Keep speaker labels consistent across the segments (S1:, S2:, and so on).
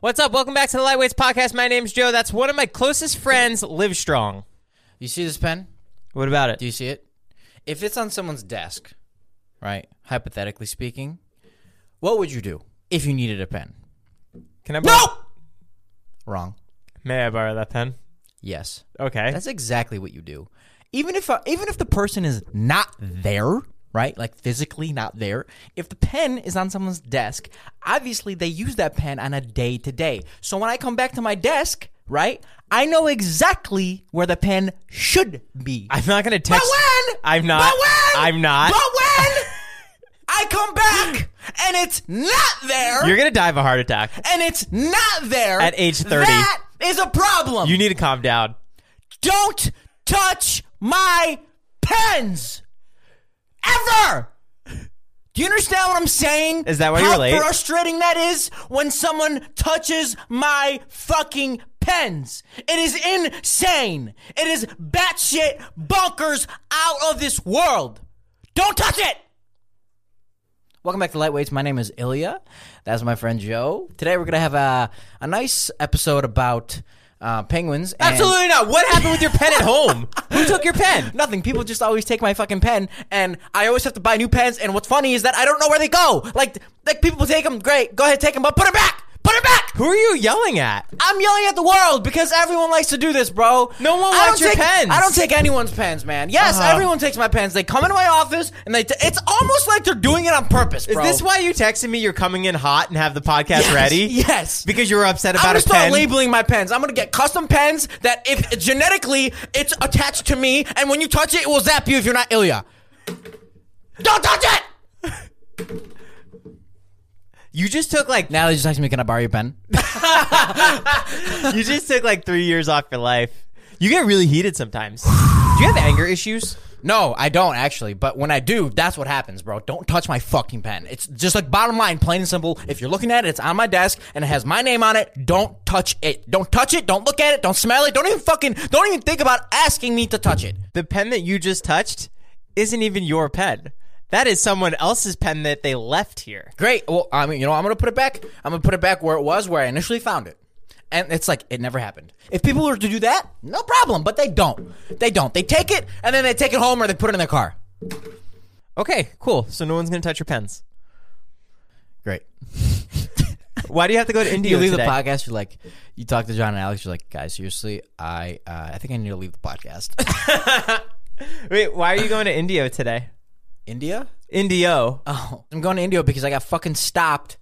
S1: What's up? Welcome back to the Lightweights Podcast. My name's Joe. That's one of my closest friends, Live Strong.
S2: You see this pen?
S1: What about it?
S2: Do you see it? If it's on someone's desk, right? Hypothetically speaking, what would you do if you needed a pen?
S1: Can I borrow? No!
S2: Wrong.
S1: May I borrow that pen?
S2: Yes.
S1: Okay.
S2: That's exactly what you do. Even if uh, even if the person is not
S1: Mm-hmm.
S2: there, right? Like physically not there, if the pen is on someone's desk, obviously they use that pen on a day to day. So when I come back to my desk, right? I know exactly where the pen should be.
S1: I'm not gonna text.
S2: But when?
S1: I'm not.
S2: But when?
S1: I'm not.
S2: But when I come back and it's not there,
S1: You're gonna die of a heart attack.
S2: and it's not there
S1: At age 30.
S2: that is a problem.
S1: You need to calm down.
S2: don't touch my pens ever. Do you understand what I'm saying?
S1: Is that why
S2: How
S1: you're late?
S2: frustrating that is when someone touches my fucking pens. It is insane. It is batshit bonkers out of this world. Don't touch it. Welcome back to Lightweights. My name is Ilya. That's my friend Joe. Today we're gonna have a a nice episode about uh, penguins. and-
S1: Absolutely not. What happened with your pen at home? Who took your pen?
S2: Nothing. People just always take my fucking pen, and I always have to buy new pens. And what's funny is that I don't know where they go. Like, like people take them. Great, go ahead, take them, but put them back. Put it back.
S1: Who are you yelling at?
S2: I'm yelling at the world because everyone likes to do this, bro.
S1: No one
S2: I
S1: wants
S2: don't
S1: your
S2: take-
S1: pens.
S2: I don't take anyone's pens, man. Yes,
S1: Uh-huh.
S2: everyone takes my pens. They come into my office and they. T- it's almost like they're doing it on purpose,
S1: Is
S2: bro.
S1: this why you texted me you're coming in hot and have the podcast
S2: Yes,
S1: ready?
S2: yes.
S1: Because you were upset
S2: I'm
S1: about
S2: gonna
S1: a
S2: start
S1: pen?
S2: labeling my pens. I'm gonna get custom pens that, if genetically it's attached to me, and when you touch it, it will zap you if you're not Ilya. Don't touch it.
S1: you just took like
S2: Natalie just asked me, "Can I borrow your pen?"
S1: you just took like three years off your life. You get really heated sometimes. Do you have anger issues?
S2: no, I don't actually. But when I do, that's what happens, bro. Don't touch my fucking pen. It's just like bottom line, plain and simple. If you're looking at it, it's on my desk and it has my name on it. Don't touch it. Don't touch it. Don't look at it. Don't smell it. Don't even fucking. Don't even think about asking me to touch it.
S1: The pen that you just touched isn't even your pen. That is someone else's pen that they left here.
S2: Great. Well, I mean, you know, I'm gonna put it back. I'm gonna put it back where it was, where I initially found it. And it's like it never happened. If people were to do that, no problem. But they don't. They don't. They take it and then they take it home or they put it in their car.
S1: Okay, cool. So no one's gonna touch your pens.
S2: Great.
S1: Why do you have to go to India?
S2: you leave
S1: today?
S2: the podcast. You're like, you talk to John and Alex. You're like, guys, seriously, I uh, I think I need to leave the podcast.
S1: Wait, why are you going to Indio today?
S2: India?
S1: Indio.
S2: Oh, I'm going to India because I got fucking stopped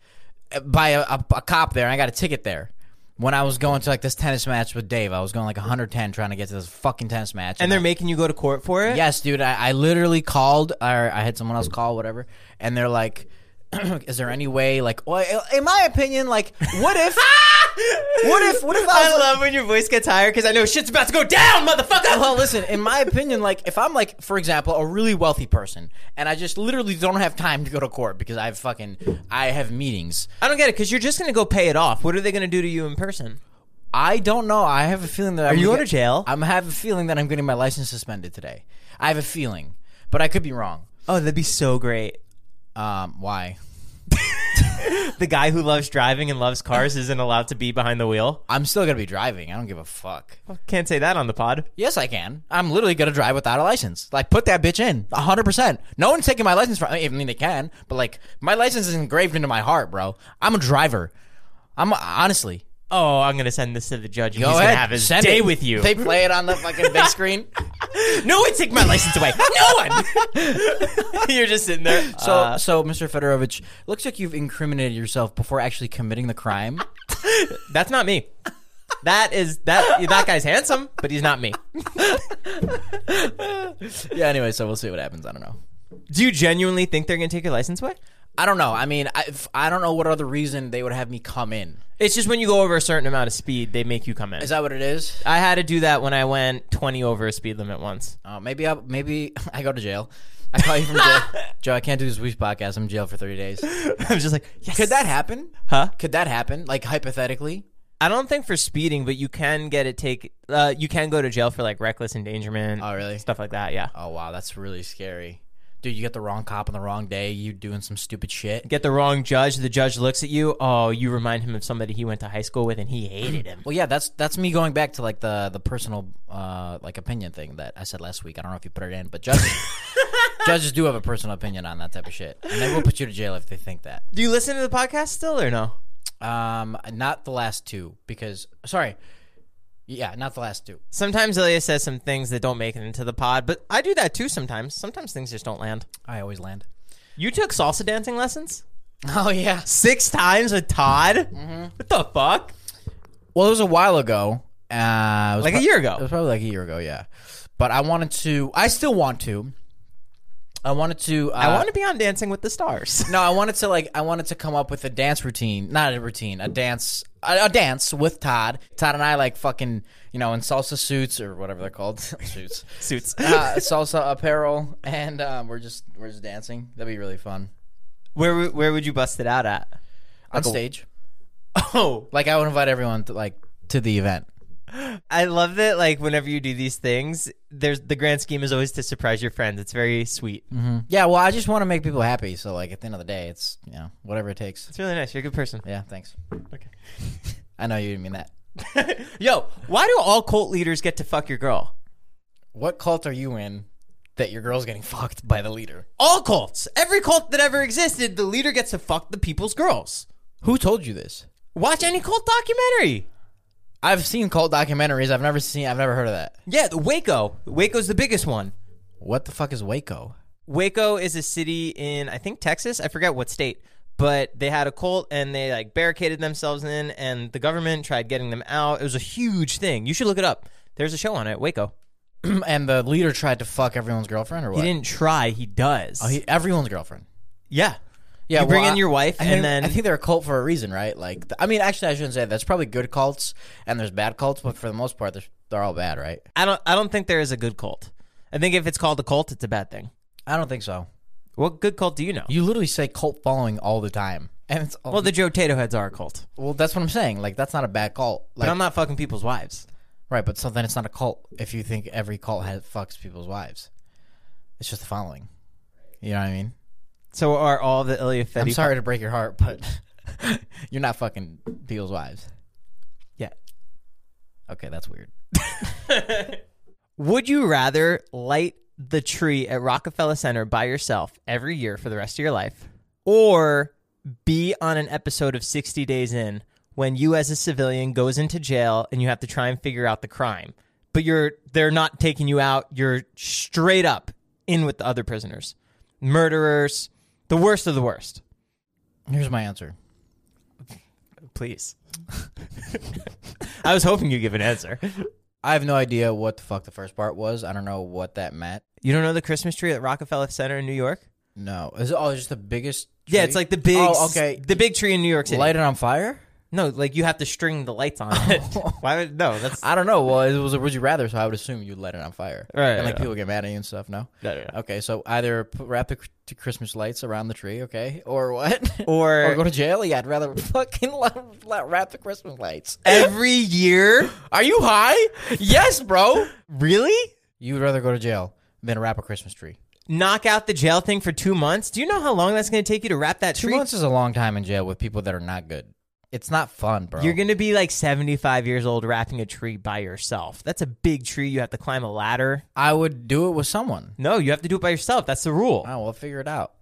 S2: uh, by a, a, a cop there, and I got a ticket there. When I was going to like this tennis match with Dave, I was going like 110 trying to get to this fucking tennis match,
S1: and they're
S2: I-
S1: making you go to court for it?
S2: Yes, dude. I, I literally called, or I had someone else call, whatever, and they're like, "Is there any way, like, well, in my opinion, like, what if, what if, what if I,
S1: I
S2: was,
S1: love when your voice gets higher because I know shit's about to go down, motherfucker.
S2: well, listen, in my opinion, like if I'm like, for example, a really wealthy person and I just literally don't have time to go to court because I have fucking I have meetings.
S1: I don't get it because you're just gonna go pay it off. What are they gonna do to you in person?
S2: I don't know. I have a feeling that are I'm
S1: you
S2: gonna
S1: going
S2: get-
S1: to jail?
S2: I'm have a feeling that I'm getting my license suspended today. I have a feeling, but I could be wrong.
S1: Oh, that'd be so great.
S2: Um, why?
S1: The guy who loves driving and loves cars isn't allowed to be behind the wheel.
S2: I'm still gonna be driving. I don't give a fuck.
S1: Can't say that on the pod.
S2: Yes, I can. I'm literally gonna drive without a license. Like, put that bitch in. 100. percent No one's taking my license from. I mean, they can, but like, my license is engraved into my heart, bro. I'm a driver. I'm a, honestly.
S1: Oh, I'm gonna send this to the judge. And
S2: Go
S1: he's
S2: ahead.
S1: gonna have his
S2: Send
S1: day
S2: it.
S1: with you.
S2: They play it on the fucking big screen.
S1: no one take my license away. No one. You're just sitting there.
S2: So, so Mr. Fedorovich, looks like you've incriminated yourself before actually committing the crime.
S1: that's not me. That is that. That guy's handsome, but he's not me.
S2: yeah. Anyway, so we'll see what happens. I don't know.
S1: Do you genuinely think they're gonna take your license away?
S2: I don't know. I mean, I, if- I don't know what other reason they would have me come in.
S1: It's just when you go over a certain amount of speed, they make you come in.
S2: Is that what it is?
S1: I had to do that when I went 20 over a speed limit once.
S2: Uh, maybe I maybe I go to jail. I call you from jail. Joe, I can't do this week's podcast. I'm in jail for three days.
S1: I was just like, yes.
S2: Could that happen?
S1: Huh?
S2: Could that happen? Like hypothetically?
S1: I don't think for speeding, but you can get it take. Uh, you can go to jail for like reckless endangerment.
S2: Oh, really?
S1: Stuff like that. Yeah.
S2: Oh wow, that's really scary, dude. You get the wrong cop on the wrong day. You doing some stupid shit.
S1: Get the wrong judge. The judge looks at you. Oh, you remind him of somebody he went to high school with, and he hated him.
S2: Well, yeah, that's that's me going back to like the the personal uh like opinion thing that I said last week. I don't know if you put it in, but judges judges do have a personal opinion on that type of shit, and they will put you to jail if they think that.
S1: Do you listen to the podcast still or no?
S2: Um, not the last two because sorry, yeah, not the last two.
S1: Sometimes Ilya says some things that don't make it into the pod, but I do that too sometimes. Sometimes things just don't land.
S2: I always land.
S1: You took salsa dancing lessons
S2: Oh yeah.
S1: six times with Todd.
S2: Mm-hmm.
S1: What the fuck?
S2: Well, it was a while ago. Uh, it was
S1: Like a
S2: pro-
S1: year
S2: It
S1: ago.
S2: was probably like a year ago, yeah. But I wanted to. I still want to. I wanted to. Uh,
S1: I want to be on Dancing with the Stars.
S2: No, I wanted to like. I wanted to come up with a dance routine, not a routine, a dance, a, a dance with Todd. Todd and I like fucking, you know, in salsa suits or whatever they're called, suits,
S1: Suits.
S2: uh, salsa apparel, and um, we're just we're just dancing. That'd be really fun
S1: Where w- where would you bust it out at?
S2: on stage.
S1: Oh,
S2: Like I would invite everyone to like to the event.
S1: I love that. Like whenever you do these things, there's the grand scheme is always to surprise your friends. It's very sweet.
S2: Yeah, well, I just want to make people happy. So like at the end of the day, it's you know whatever it takes.
S1: It's really nice. You're a good person.
S2: Yeah, thanks.
S1: Okay.
S2: I know you didn't mean that.
S1: Yo, why do all cult leaders get to fuck your girl?
S2: What cult are you in that your girl's getting fucked by the leader?
S1: All cults, every cult that ever existed, the leader gets to fuck the people's girls.
S2: Who told you this?
S1: Watch any cult documentary.
S2: I've seen cult documentaries. I've never seen. I've never heard of that.
S1: Yeah, the Waco. Waco's the biggest one.
S2: What the fuck is Waco?
S1: Waco is a city in I think Texas. I forget what state, but they had a cult and they like barricaded themselves in, and the government tried getting them out. It was a huge thing. You should look it up. There's a show on it, Waco.
S2: and the leader tried to fuck everyone's girlfriend, or what?
S1: He didn't try. He does.
S2: Oh, he, everyone's girlfriend.
S1: yeah.
S2: Yeah,
S1: You bring
S2: well,
S1: in
S2: I-
S1: your wife,
S2: I
S1: and
S2: think-
S1: then
S2: I think they're a cult for a reason, right? Like, th- I mean, actually, I shouldn't say that. There's probably good cults, and there's bad cults, but for the most part, they're, they're all bad, right?
S1: I don't. I don't think there is a good cult. I think if it's called a cult, it's a bad thing.
S2: I don't think so.
S1: What good cult do you know?
S2: You literally say cult following all the time, and it's all,
S1: well, the Joe Tato heads are a cult,
S2: well, that's what I'm saying. Like, that's not a bad cult.
S1: but
S2: Like,
S1: I'm not fucking people's wives.
S2: Right, but so then it's not a cult if you think every cult has, fucks people's wives. It's just the following. You know what I mean?
S1: So are all the Ilya Fetty?
S2: I'm sorry to break your heart, but you're not fucking people's wives.
S1: Yeah.
S2: Okay, that's weird.
S1: Would you rather light the tree at Rockefeller Center by yourself every year for the rest of your life or be on an episode of 60 Days In when you as a civilian goes into jail and you have to try and figure out the crime but you're they're not taking you out you're straight up in with the other prisoners murderers the worst of the worst
S2: Here's my answer.
S1: please I was hoping you'd give an answer
S2: I have no idea what the fuck the first part was. I don't know what that meant.
S1: you don't know the Christmas tree at Rockefeller Center in New York
S2: No. Is it oh it's just the biggest
S1: yeah,
S2: tree?
S1: it's like the big,
S2: Oh, okay.
S1: the big tree in New York City.
S2: Light it on fire?
S1: No, like you have to string the lights on it. Why would no? That's
S2: Oh. I don't know. Well, it was a would you rather, so I would assume you'd light it on fire.
S1: Right,
S2: And like
S1: yeah.
S2: people get mad at you and stuff, no?
S1: No, no, no.
S2: Okay, so either p- wrap the cr- t- Christmas lights around the tree, okay? Or what?
S1: Or-
S2: Oh, go to jail? Yeah, I'd rather fucking la- la- wrap the Christmas lights.
S1: every year.
S2: Are you high? Yes, bro.
S1: Really?
S2: You would rather go to jail than wrap a Christmas tree.
S1: Knock out the jail thing for two months. Do you know how long that's going to take you to wrap that
S2: Two
S1: tree?
S2: months is a long time in jail with people that are not good. It's not fun, bro.
S1: You're going to be like 75 years old wrapping a tree by yourself. That's a big tree. You have to climb a ladder.
S2: I would do it with someone.
S1: No, you have to do it by yourself. That's the rule.
S2: Oh, we'll figure it out.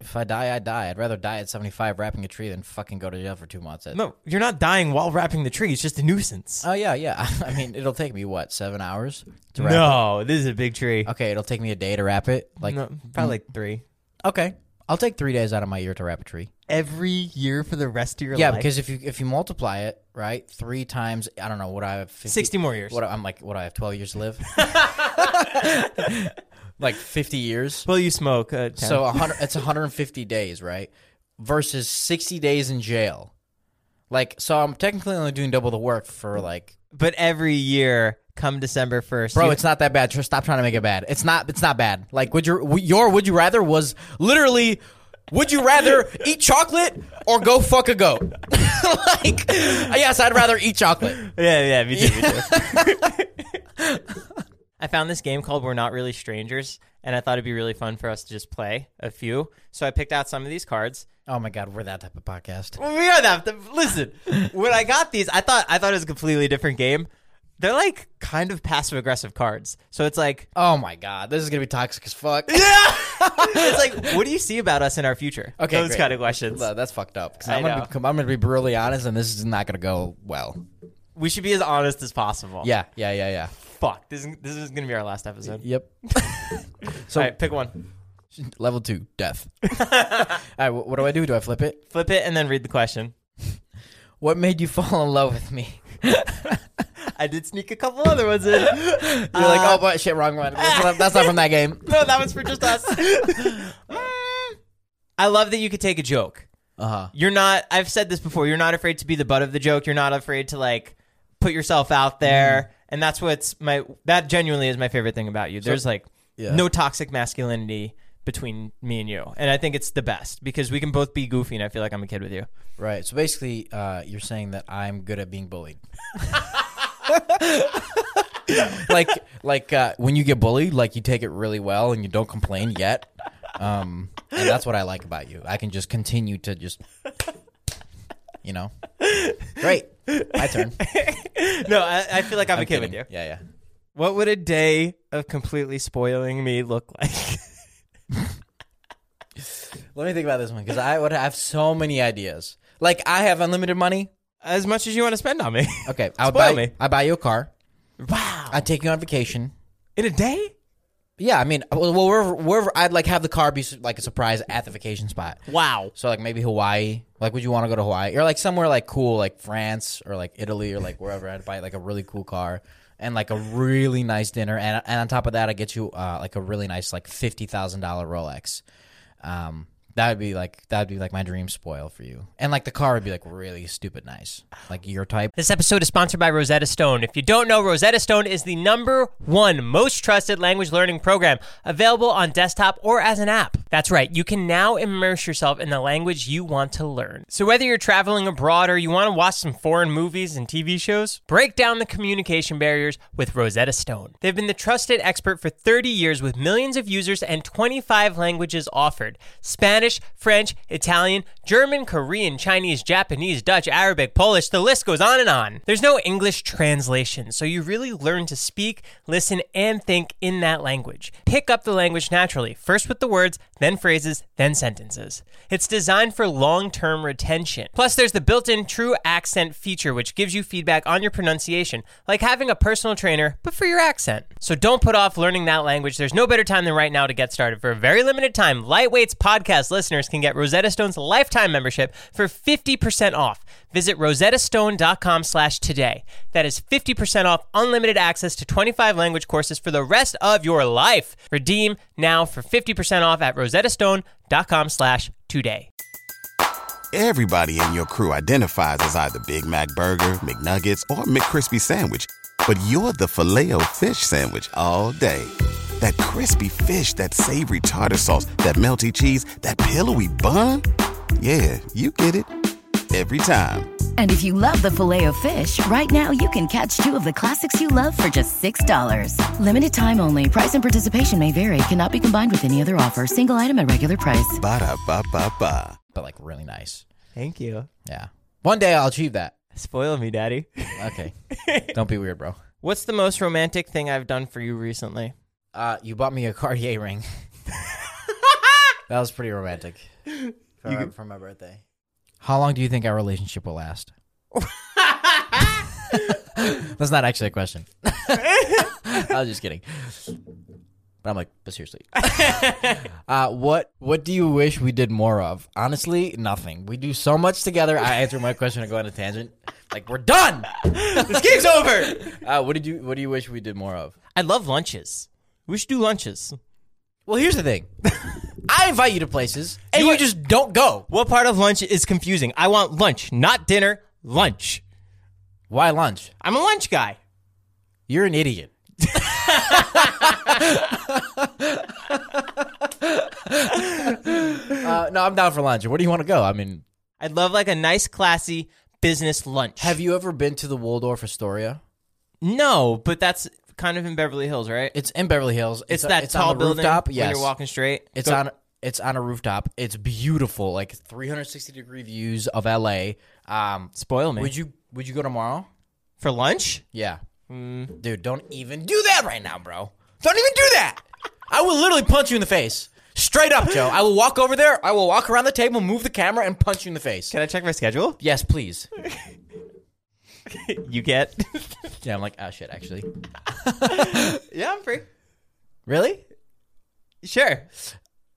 S2: If I die, I die. I'd rather die at 75 wrapping a tree than fucking go to jail for two months. That-
S1: No, you're not dying while wrapping the tree. It's just a nuisance.
S2: Oh, yeah, yeah. I mean, it'll take me, what, seven hours to wrap
S1: no, this is a big tree.
S2: it? Okay, it'll take me a day to wrap it. Like,
S1: No, probably like three.
S2: Okay. I'll take three days out of my year to wrap a tree.
S1: Every year for the rest of your
S2: Yeah,
S1: life.
S2: because if you if you multiply it right three times, I don't know what I have 50,
S1: 60 more years.
S2: What I'm like, what do I have twelve years to live? like fifty years.
S1: Well, you smoke. Uh,
S2: So a hundred, it's 150 days, right? versus 60 days in jail. Like, so I'm technically only doing double the work for like,
S1: But every year, come December first,
S2: bro, it's not that bad. Just stop trying to make it bad. It's not. It's not bad. Like, would you your would you rather was literally. Would you rather eat chocolate or go fuck a goat? like, yes, I'd rather eat chocolate.
S1: yeah, yeah, me too. Me too. I found this game called We're Not Really Strangers, and I thought it'd be really fun for us to just play a few. So I picked out some of these cards.
S2: Oh my god, we're that type of podcast.
S1: Well, we are that. Listen, when I got these, I thought I thought it was a completely different game. They're like kind of passive aggressive cards. So it's like
S2: Oh my god, this is gonna be toxic as fuck.
S1: it's like, what do you see about us in our future?
S2: Okay,
S1: those
S2: great.
S1: kind of questions.
S2: No, that's fucked up. 'cause
S1: I
S2: I'm gonna,
S1: know.
S2: be, I'm gonna be brutally honest, and this is not gonna go well.
S1: We should be as honest as possible.
S2: Yeah, yeah, yeah, yeah.
S1: Fuck. This is, this is gonna be our last episode.
S2: Yep. so
S1: All right, pick one.
S2: level two, death. All right, wh- what do I do? Do I flip it?
S1: Flip it and then read the question.
S2: What made you fall in love with me?
S1: I did sneak a couple other ones in.
S2: You're like,
S1: Uh,
S2: oh, but shit, wrong one. That's not, that's not from that game.
S1: No, that was for just us. Mm. I love that you could take a joke.
S2: Uh huh.
S1: You're not, I've said this before, you're not afraid to be the butt of the joke. You're not afraid to like put yourself out there. And that's what's my, that genuinely is my favorite thing about you. There's like
S2: yeah.
S1: no toxic masculinity between me and you. And I think it's the best because we can both be goofy and I feel like I'm a kid with you.
S2: Right. So basically, uh, you're saying that I'm good at being bullied. like, like uh, when you get bullied, like you take it really well and you don't complain yet. Um, and that's what I like about you. I can just continue to just, you know, great. My turn.
S1: No, I, I feel like I'm, a kid
S2: Kidding.
S1: with you.
S2: Yeah, yeah.
S1: What would a day of completely spoiling me look like?
S2: Let me think about this one because I would have so many ideas. Like I have unlimited money.
S1: as much as you want to spend on me.
S2: Okay, I'll
S1: Spoil
S2: buy.
S1: me.
S2: I buy you a car.
S1: Wow.
S2: I take you on vacation.
S1: In a day?
S2: Yeah, I mean, well, wherever, wherever I'd like have the car be su- like a surprise at the vacation spot.
S1: Wow.
S2: So like maybe Hawaii. Like, would you want to go to Hawaii or like somewhere like cool, like France or like Italy or like wherever? I'd buy like a really cool car and like a really nice dinner, and and on top of that, I get you uh, like a really nice like fifty thousand dollar Rolex. Um, that would be like that would be like my dream spoil for you, and like the car would be like really stupid nice, like your type.
S1: This episode is sponsored by Rosetta Stone. If you don't know, Rosetta Stone is the number one most trusted language learning program available on desktop or as an app. That's right, you can now immerse yourself in the language you want to learn. So, whether you're traveling abroad or you want to watch some foreign movies and TV shows, break down the communication barriers with Rosetta Stone. They've been the trusted expert for 30 years with millions of users and 25 languages offered Spanish, French, Italian, German, Korean, Chinese, Japanese, Dutch, Arabic, Polish, the list goes on and on. There's no English translation, so you really learn to speak, listen, and think in that language. Pick up the language naturally, first with the words, then phrases, then sentences. It's designed for long term retention. Plus, there's the built in true accent feature, which gives you feedback on your pronunciation, like having a personal trainer, but for your accent. So don't put off learning that language. There's no better time than right now to get started. For a very limited time, Lightweight's podcast listeners can get Rosetta Stone's lifetime membership for 50% off. Visit rosettastone.com slash today. That is 50% off unlimited access to 25 language courses for the rest of your life. Redeem now for 50% off at rosettastone.com slash today.
S3: Everybody in your crew identifies as either Big Mac Burger, McNuggets, or McCrispy Sandwich. But you're the filet fish Sandwich all day. That crispy fish, that savory tartar sauce, that melty cheese, that pillowy bun. Yeah, you get it. Every time.
S4: And if you love the filet of fish, right now you can catch two of the classics you love for just $6. Limited time only. Price and participation may vary. Cannot be combined with any other offer. Single item at regular price.
S3: Ba-da-ba-ba-ba.
S2: but like really nice.
S1: Thank you.
S2: Yeah. One day I'll achieve that.
S1: Spoil me, daddy.
S2: Okay. Don't be weird, bro.
S1: What's the most romantic thing I've done for you recently?
S2: Uh, you bought me a Cartier ring. that was pretty romantic for, uh, for my birthday. How long do you think our relationship will last? That's not actually a question. I was just kidding. But I'm like, but seriously. uh, what what do you wish we did more of? Honestly, nothing. We do so much together. I answer my question and go on a tangent. Like we're done. this game's over. Uh, what did you What do you wish we did more of?
S1: I love lunches. We should do lunches.
S2: Well, here's the thing. I invite you to places, and you,
S1: are-
S2: just don't go.
S1: What part of lunch is confusing? I want lunch, not dinner, lunch.
S2: Why lunch?
S1: I'm a lunch guy.
S2: You're an idiot. uh, no, I'm down for lunch. Where do you want to go? I mean,
S1: I'd love like a nice, classy business lunch.
S2: have you ever been to the Waldorf Astoria?
S1: No, but that's kind of in Beverly Hills, right?
S2: It's in Beverly Hills.
S1: It's,
S2: a-
S1: that
S2: it's
S1: tall
S2: on the
S1: building
S2: Rooftop.
S1: when
S2: Yes,
S1: you're walking straight.
S2: It's on it's on a rooftop. It's beautiful, like 360 degree views of LA. Um,
S1: Spoil me.
S2: would you would you go tomorrow?
S1: For lunch?
S2: Yeah, dude, don't even do that right now, bro. Don't even do that. I will literally punch you in the face, straight up, Joe. I will walk over there. I will walk around the table, move the camera, and punch you in the face.
S1: Can I check my schedule?
S2: yes, please.
S1: You get.
S2: Yeah, I'm like, ah, shit, actually.
S1: yeah, I'm free.
S2: Really?
S1: Sure.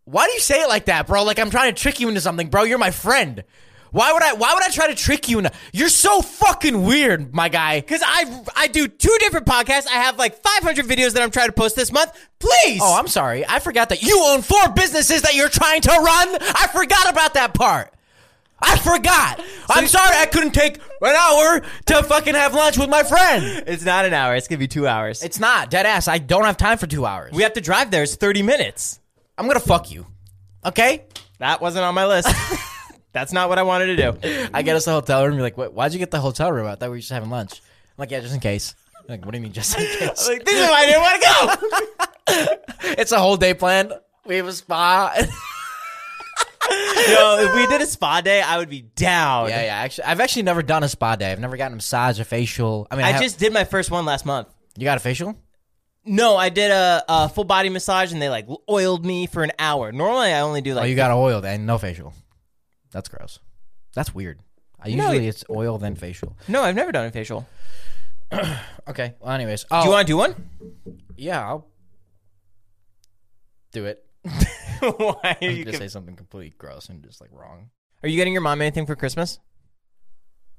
S2: Why do you say it like that, bro? Like I'm trying to trick you into something, bro. You're my friend. Why would I? Why would I try to trick you into? You're so fucking weird, my guy.
S1: Because I I do two different podcasts. I have like 500 videos that I'm trying to post this month. Please.
S2: Oh, I'm sorry. I forgot that you own four businesses that you're trying to run. I forgot about that part. I forgot. I'm sorry I couldn't take an hour to fucking have lunch with my friend.
S1: it's not an hour. It's gonna be two hours.
S2: It's not dead ass. I don't have time for two hours.
S1: we have to drive there. It's 30 minutes.
S2: I'm gonna fuck you. Okay.
S1: That wasn't on my list. That's not what I wanted to do.
S2: I get us a hotel room. You're like, Wait, why'd you get the hotel room? I thought we were just having lunch. I'm like, yeah, just in case. I'm like, what do you mean, just in case?
S1: Like, this is why I didn't want to go.
S2: it's a whole day planned. We have a spa.
S1: Yo, if we did a spa day, I would be down.
S2: yeah, yeah. Actually, I've actually never done a spa day. I've never gotten a massage, a facial. I mean, I,
S1: I
S2: have-
S1: just did my first one last month.
S2: you got a facial?
S1: No, I did a, a full body massage and they like oiled me for an hour. Normally, I only do
S2: Oh,
S1: like
S2: you got oil then no facial. That's gross. That's weird. I
S1: No,
S2: usually
S1: it-
S2: it's oil then facial.
S1: No, I've never done a facial.
S2: Okay. Well, anyways, oh
S1: Do you want to do one?
S2: yeah, I'll do it.
S1: Why are
S2: I'm
S1: you?
S2: gonna say
S1: conf-
S2: something completely gross and just like wrong.
S1: Are you getting your mom anything for Christmas?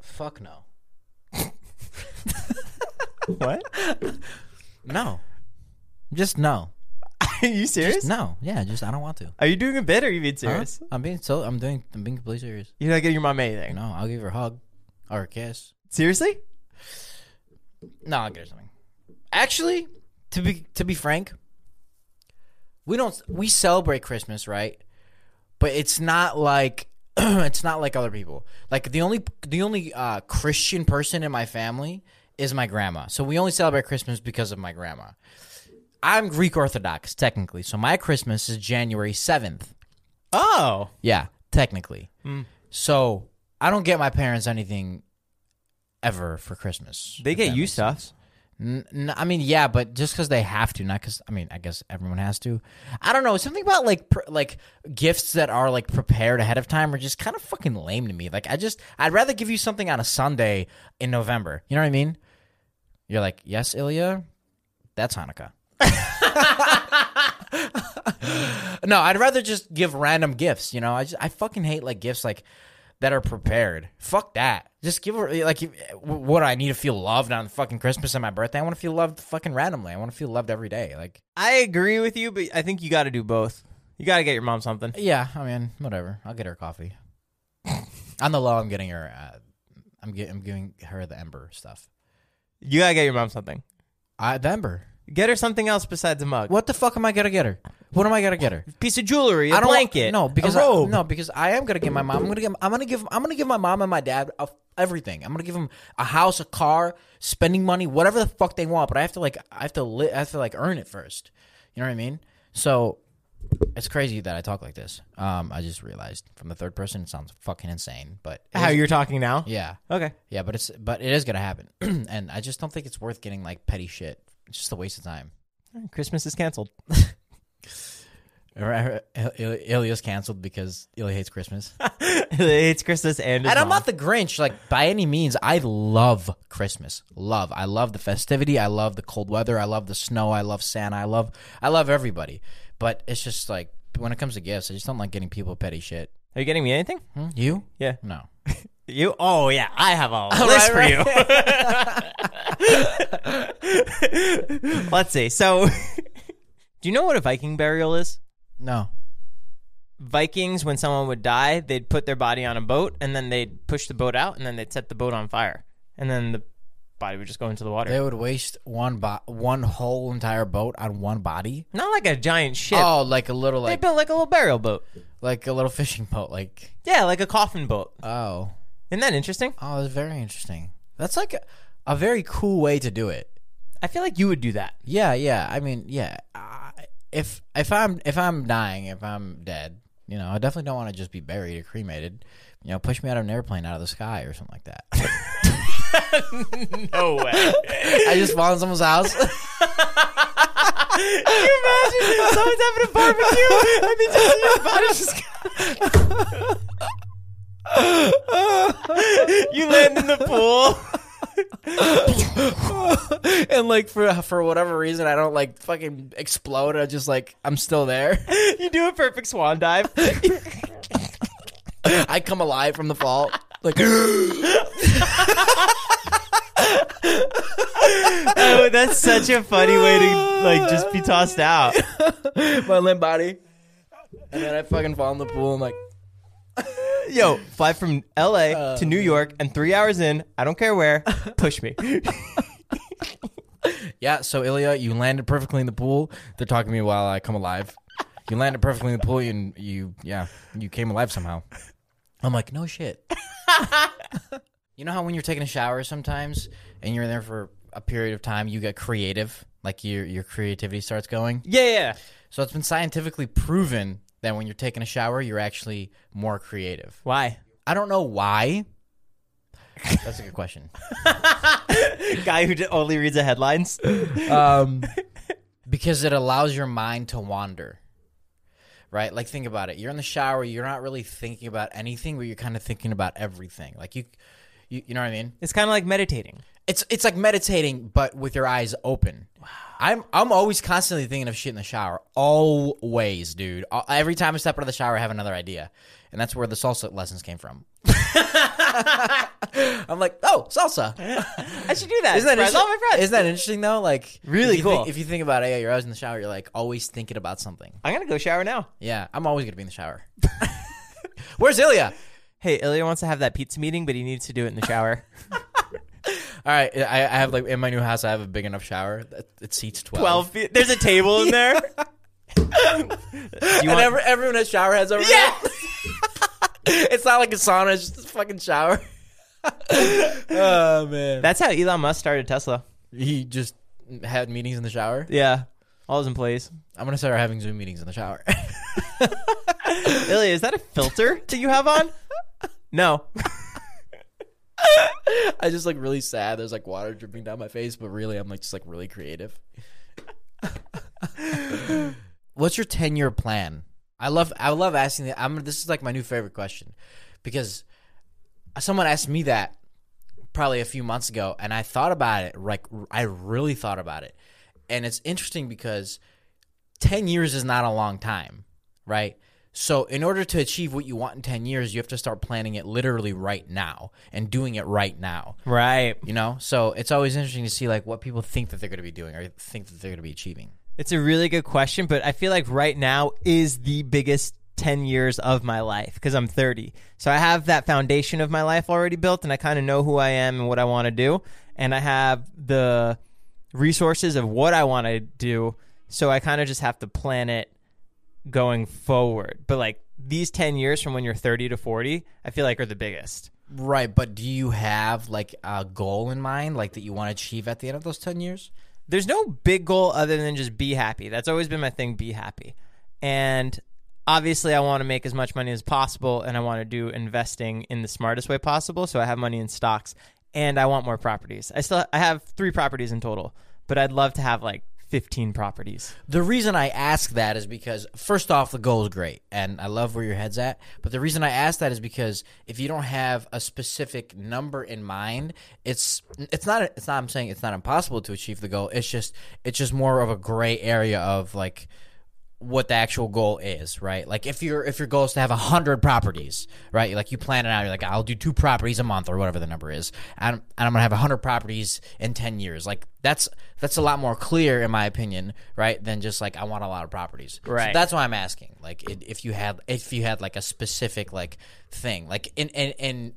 S2: Fuck no.
S1: What?
S2: No. Just no.
S1: are you serious?
S2: Just no. Yeah. Just I don't want to. Huh?
S1: Are you doing a bit or are you being serious?
S2: I'm being so. I'm doing. I'm being completely serious.
S1: You're not getting your mom anything.
S2: No. I'll give her a hug or a kiss.
S1: Seriously?
S2: No. I'll get her something. Actually, to be to be frank, we don't we celebrate Christmas, right? But it's not like it's not like other people. Like the only the only uh, Christian person in my family is my grandma. So we only celebrate Christmas because of my grandma. I'm Greek Orthodox technically, so my Christmas is January seventh.
S1: Oh.
S2: Yeah, technically.
S1: Hmm.
S2: So I don't get my parents anything ever for Christmas.
S1: They
S2: if
S1: get
S2: that
S1: you
S2: makes
S1: stuff.
S2: N- n- I mean, yeah, but just because they have to, not because I mean, I guess everyone has to. I don't know. Something about like pr- like gifts that are like prepared ahead of time are just kind of fucking lame to me. Like, I just I'd rather give you something on a Sunday in November. You know what I mean? You're like, yes, Ilya, that's Hanukkah. no, I'd rather just give random gifts. You know, I just I fucking hate like gifts like that are prepared. Fuck that. Just give her like you- what I need to feel loved on fucking Christmas and my birthday. I want to feel loved fucking randomly. I want to feel loved every day. Like
S1: I agree with you, but I think you got to do both. You got to get your mom something.
S2: yeah, I mean whatever. I'll get her coffee. on the low, I'm getting her. Uh, I'm get, I'm giving her the ember stuff.
S1: You got to get your mom something.
S2: I the ember.
S1: Get her something else besides a mug.
S2: What the fuck am I gonna get her? What am I gonna get her?
S1: Piece of jewelry, a
S2: I don't want-
S1: blanket.
S2: no, because
S1: a robe.
S2: I, no, because I am gonna give my mom. I'm gonna give. I'm gonna give. I'm gonna give my mom and my dad a, everything. I'm gonna give them a house, a car, spending money, whatever the fuck they want. But I have to like. I have to. Li- I have to like earn it first. You know what I mean? So it's crazy that I talk like this. Um, I just realized from the third person, it sounds fucking insane. But it
S1: How
S2: is-
S1: you're talking now?
S2: Yeah,
S1: Okay.
S2: yeah, but it's but it is gonna happen, and I just don't think it's worth getting like petty shit. It's just a waste of time.
S1: Christmas is canceled.
S2: Ilya's canceled because Ilya hates Christmas.
S1: it's Christmas and his
S2: and I'm
S1: mom.
S2: not the Grinch, like by any means. I love Christmas. Love. I love the festivity. I love the cold weather. I love the snow. I love Santa. I love. I love everybody. But it's just like when it comes to gifts, I just don't like getting people petty shit.
S1: Are you getting me anything?
S2: Hmm? You?
S1: Yeah.
S2: No.
S1: You? Oh yeah, I have a list for you. Let's see. So, do you know what a Viking burial is?
S2: No.
S1: Vikings, when someone would die, they'd put their body on a boat and then they'd push the boat out and then they'd set the boat on fire. And then the body would just go into the water.
S2: They would waste one bo- one whole entire boat on one body.
S1: Not like a giant ship.
S2: Oh, like a little
S1: They
S2: like
S1: built like a little burial boat.
S2: like a little fishing boat. Like
S1: Yeah, like a coffin boat.
S2: oh,
S1: Isn't that interesting?
S2: oh, that's very interesting. That's like a, a very cool way to do it.
S1: I feel like you would do that.
S2: Yeah, yeah. I mean, yeah. I if if I'm if I'm dying, if I'm dead, you know, I definitely don't want to just be buried or cremated. You know, push me out of an airplane out of the sky or something like that.
S1: No way.
S2: I just fall in someone's house.
S1: Someone's having a barbecue. I mean, just your body just. you land in the pool.
S2: and like for for whatever reason, I don't like fucking explode. I just like I'm still there.
S1: You do a perfect swan dive.
S2: I come alive from the fall. Like
S1: Oh, that's such a funny way to like just be tossed out.
S2: my limp body, and then I fucking fall in the pool. I'm like,
S1: Yo, fly from L.A. to New York, and three hours in, I don't care where, push me.
S2: yeah. So Ilya, you landed perfectly in the pool. They're talking to me while I come alive. You landed perfectly in the pool, and you yeah, you came alive somehow. I'm like, no shit. you know how when you're taking a shower sometimes, and you're in there for a period of time, you get creative. Like your your creativity starts going.
S1: Yeah, yeah.
S2: So it's been scientifically proven that when you're taking a shower, you're actually more creative.
S1: Why?
S2: I don't know why. That's a good question.
S1: Guy who j- only reads the headlines.
S2: Um, because it allows your mind to wander, right? Like, think about it. You're in the shower. You're not really thinking about anything, but you're kind of thinking about everything. Like you, you, you know what I mean?
S1: It's kind of like meditating.
S2: It's it's like meditating, but with your eyes open. I'm I'm always constantly thinking of shit in the shower. Always, dude. Al- Every time I step out of the shower, I have another idea, and that's where the salsa lessons came from. I'm like, oh, salsa.
S1: I should do that.
S2: Isn't that
S1: Surprise all
S2: interesting?
S1: my friends.
S2: Isn't that interesting though? Like,
S1: Really
S2: if you thi-
S1: cool.
S2: if you think about it, yeah, you're always in the shower. You're like always thinking about something.
S1: I'm gonna go shower now.
S2: Yeah, I'm always gonna be in the shower. Where's Ilya?
S1: Hey, Ilya wants to have that pizza meeting, but he needs to do it in the shower.
S2: All right, I, I have like in my new house, I have a big enough shower. It, it seats twelve.
S1: Twelve feet. There's a table in there.
S2: And every, everyone has shower heads over
S1: Yeah.
S2: there. it's not like a sauna; it's just a fucking shower. oh man,
S1: That's how Elon Musk started Tesla.
S2: he just had meetings in the shower.
S1: Yeah, all his employees.
S2: I'm gonna start having Zoom meetings in the shower.
S1: Ilya, is that a filter that you have on? No.
S2: I just like really sad. There's like water dripping down my face, but really, I'm like just like really creative. What's your ten year plan? I love I love asking that. I'm this is like my new favorite question because someone asked me that probably a few months ago, and I thought about it. Like I really thought about it, and it's interesting because ten years is not a long time, right? So in order to achieve what you want in ten years, you have to start planning it literally right now and doing it right now
S1: Right.
S2: you know so it's always interesting to see like what people think that they're going to be doing or think that they're going to be achieving
S1: It's a really good question, but I feel like right now is the biggest 10 years of my life because I'm 30. So I have that foundation of my life already built and I kind of know who I am and what I want to do. And I have the resources of what I want to do. So I kind of just have to plan it going forward. But like these 10 years from when you're 30 to 40, I feel like are the biggest.
S2: right but do you have like a goal in mind like that you want to achieve at the end of those 10 years
S1: there's no big goal other than just be happy. That's always been my thing, be happy. And obviously I want to make as much money as possible and I want to do investing in the smartest way possible, so I have money in stocks and I want more properties. I still I have 3 properties in total, but I'd love to have like 15 properties.
S2: the reason i ask that is because first off the goal is great and i love where your head's at but the reason i ask that is because if you don't have a specific number in mind it's it's not it's not i'm saying it's not impossible to achieve the goal it's just it's just more of a gray area of like what the actual goal is, right? Like if your if your goal is to have hundred properties, right? Like you plan it out. You're like, I'll do two properties a month or whatever the number is, and, and I'm gonna have hundred properties in ten years. Like that's that's a lot more clear in my opinion, right? Than just like I want a lot of properties. So
S1: Right.
S2: that's why I'm asking. Like it, if you had if you had like a specific like thing, like in in in.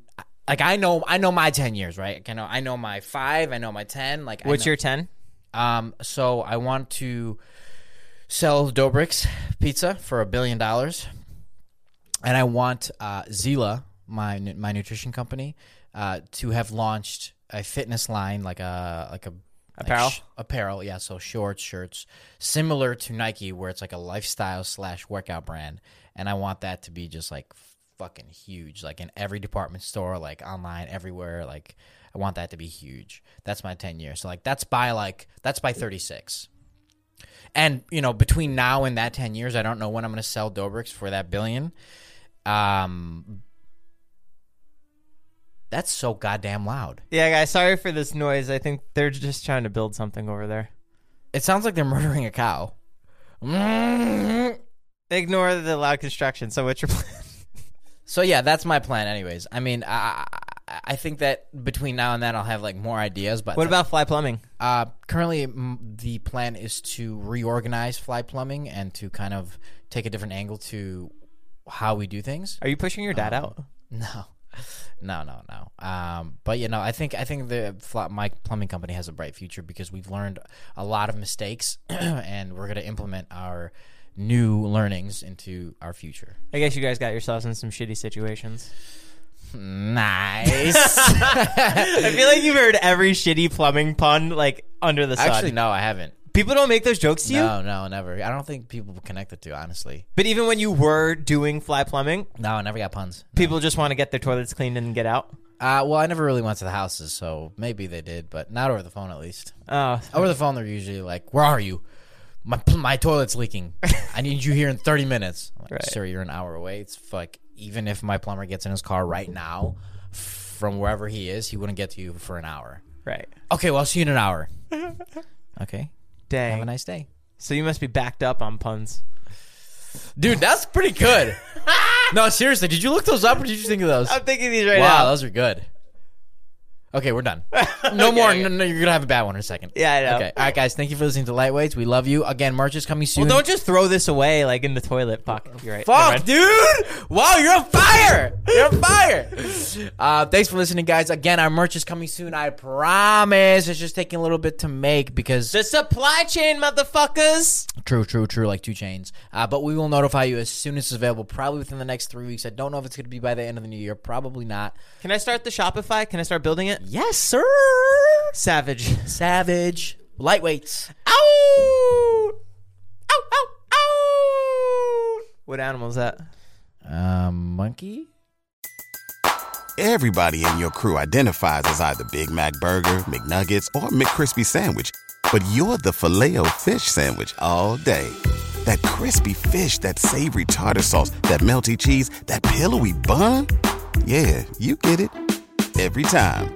S2: Like I know, I know my ten years, right? Like, I know, I know my five, I know my ten. Like, I
S1: What's
S2: know-
S1: your ten?
S2: um, so I want to sell Dobrik's pizza for a billion dollars, and I want uh, Zila, my nu- my nutrition company, uh, to have launched a fitness line like a like a
S1: Apparel?
S2: like sh- apparel, yeah. So shorts, shirts, similar to Nike, where it's like a lifestyle slash workout brand, and I want that to be just like fucking huge, like in every department store, like online, everywhere. Like I want that to be huge. That's my ten years. So like that's by like that's by thirty six. And you know, between now and that ten years, I don't know when I'm going to sell Dobrik's for that billion. Um, that's so goddamn loud.
S1: Yeah, guys. Sorry for this noise. I think they're just trying to build something over there.
S2: It sounds like they're murdering a cow.
S1: Ignore the loud construction. So what's your plan?
S2: So yeah, that's my plan. Anyways, I mean, I, I I think that between now and then I'll have like more ideas. But
S1: What about fly plumbing?
S2: uh, currently m- the plan is to reorganize Fly Plumbing and to kind of take a different angle to how we do things.
S1: Are you pushing your dad out?
S2: No, no, no, no. Um, but you know, I think I think the fl- my plumbing company has a bright future because we've learned a lot of mistakes, and we're gonna implement our new learnings into our future.
S1: I guess you guys got yourselves in some shitty situations.
S2: Nice.
S1: I feel like you've heard every shitty plumbing pun like under the sun.
S2: Actually, no, I haven't.
S1: people don't make those jokes to you.
S2: No, no, never. I don't think people connect the two. Honestly,
S1: But even when you were doing fly plumbing,
S2: no, I never got puns.
S1: people just want to get their toilets cleaned and get out.
S2: Uh, well, I never really went to the houses, so maybe they did, but not over the phone at least.
S1: Oh,
S2: Over the phone, they're usually like, "Where are you? My my toilet's leaking. I need you here in thirty minutes." I'm like,
S1: Right.
S2: Sir, you're an hour away. It's like even if my plumber gets in his car right now from wherever he is, he wouldn't get to you for an hour.
S1: right.
S2: Okay, well, I'll see you in an hour. okay,
S1: Dang.
S2: have a nice day,
S1: so you must be backed up on puns.
S2: dude. That's pretty good. no, seriously, did you look those up or did you think of those?
S1: I'm thinking these right
S2: wow,
S1: now.
S2: those are good. Okay, we're done. No more. No, no, you're gonna have a bad one in a second.
S1: Yeah, I know.
S2: Okay, all right, guys. Thank you for listening to Lightweights. We love you. Again, merch is coming soon.
S1: well, don't just throw this away like in the toilet. Fuck. You're right. Never
S2: Fuck,
S1: mind.
S2: dude! Wow, you're on fire! You're on fire! Uh, thanks for listening, guys. Again, our merch is coming soon. I promise. It's just taking a little bit to make because
S1: The supply chain, motherfuckers.
S2: True, true, true. Like two chains. Uh, but we will notify you as soon as it's available, probably within the next three weeks. I don't know if it's going to be by the end of the new year. Probably not.
S1: Can I start the Shopify? Can I start building it?
S2: Yes, sir.
S1: Savage.
S2: Savage. Lightweights.
S1: Ow! Ow! Ow! Ow! What animal is that?
S2: Um, monkey?
S3: Everybody in your crew identifies as either Big Mac Burger, McNuggets, or McCrispy Sandwich. But you're the filet fish Sandwich all day. That crispy fish, that savory tartar sauce, that melty cheese, that pillowy bun. Yeah, you get it. Every time.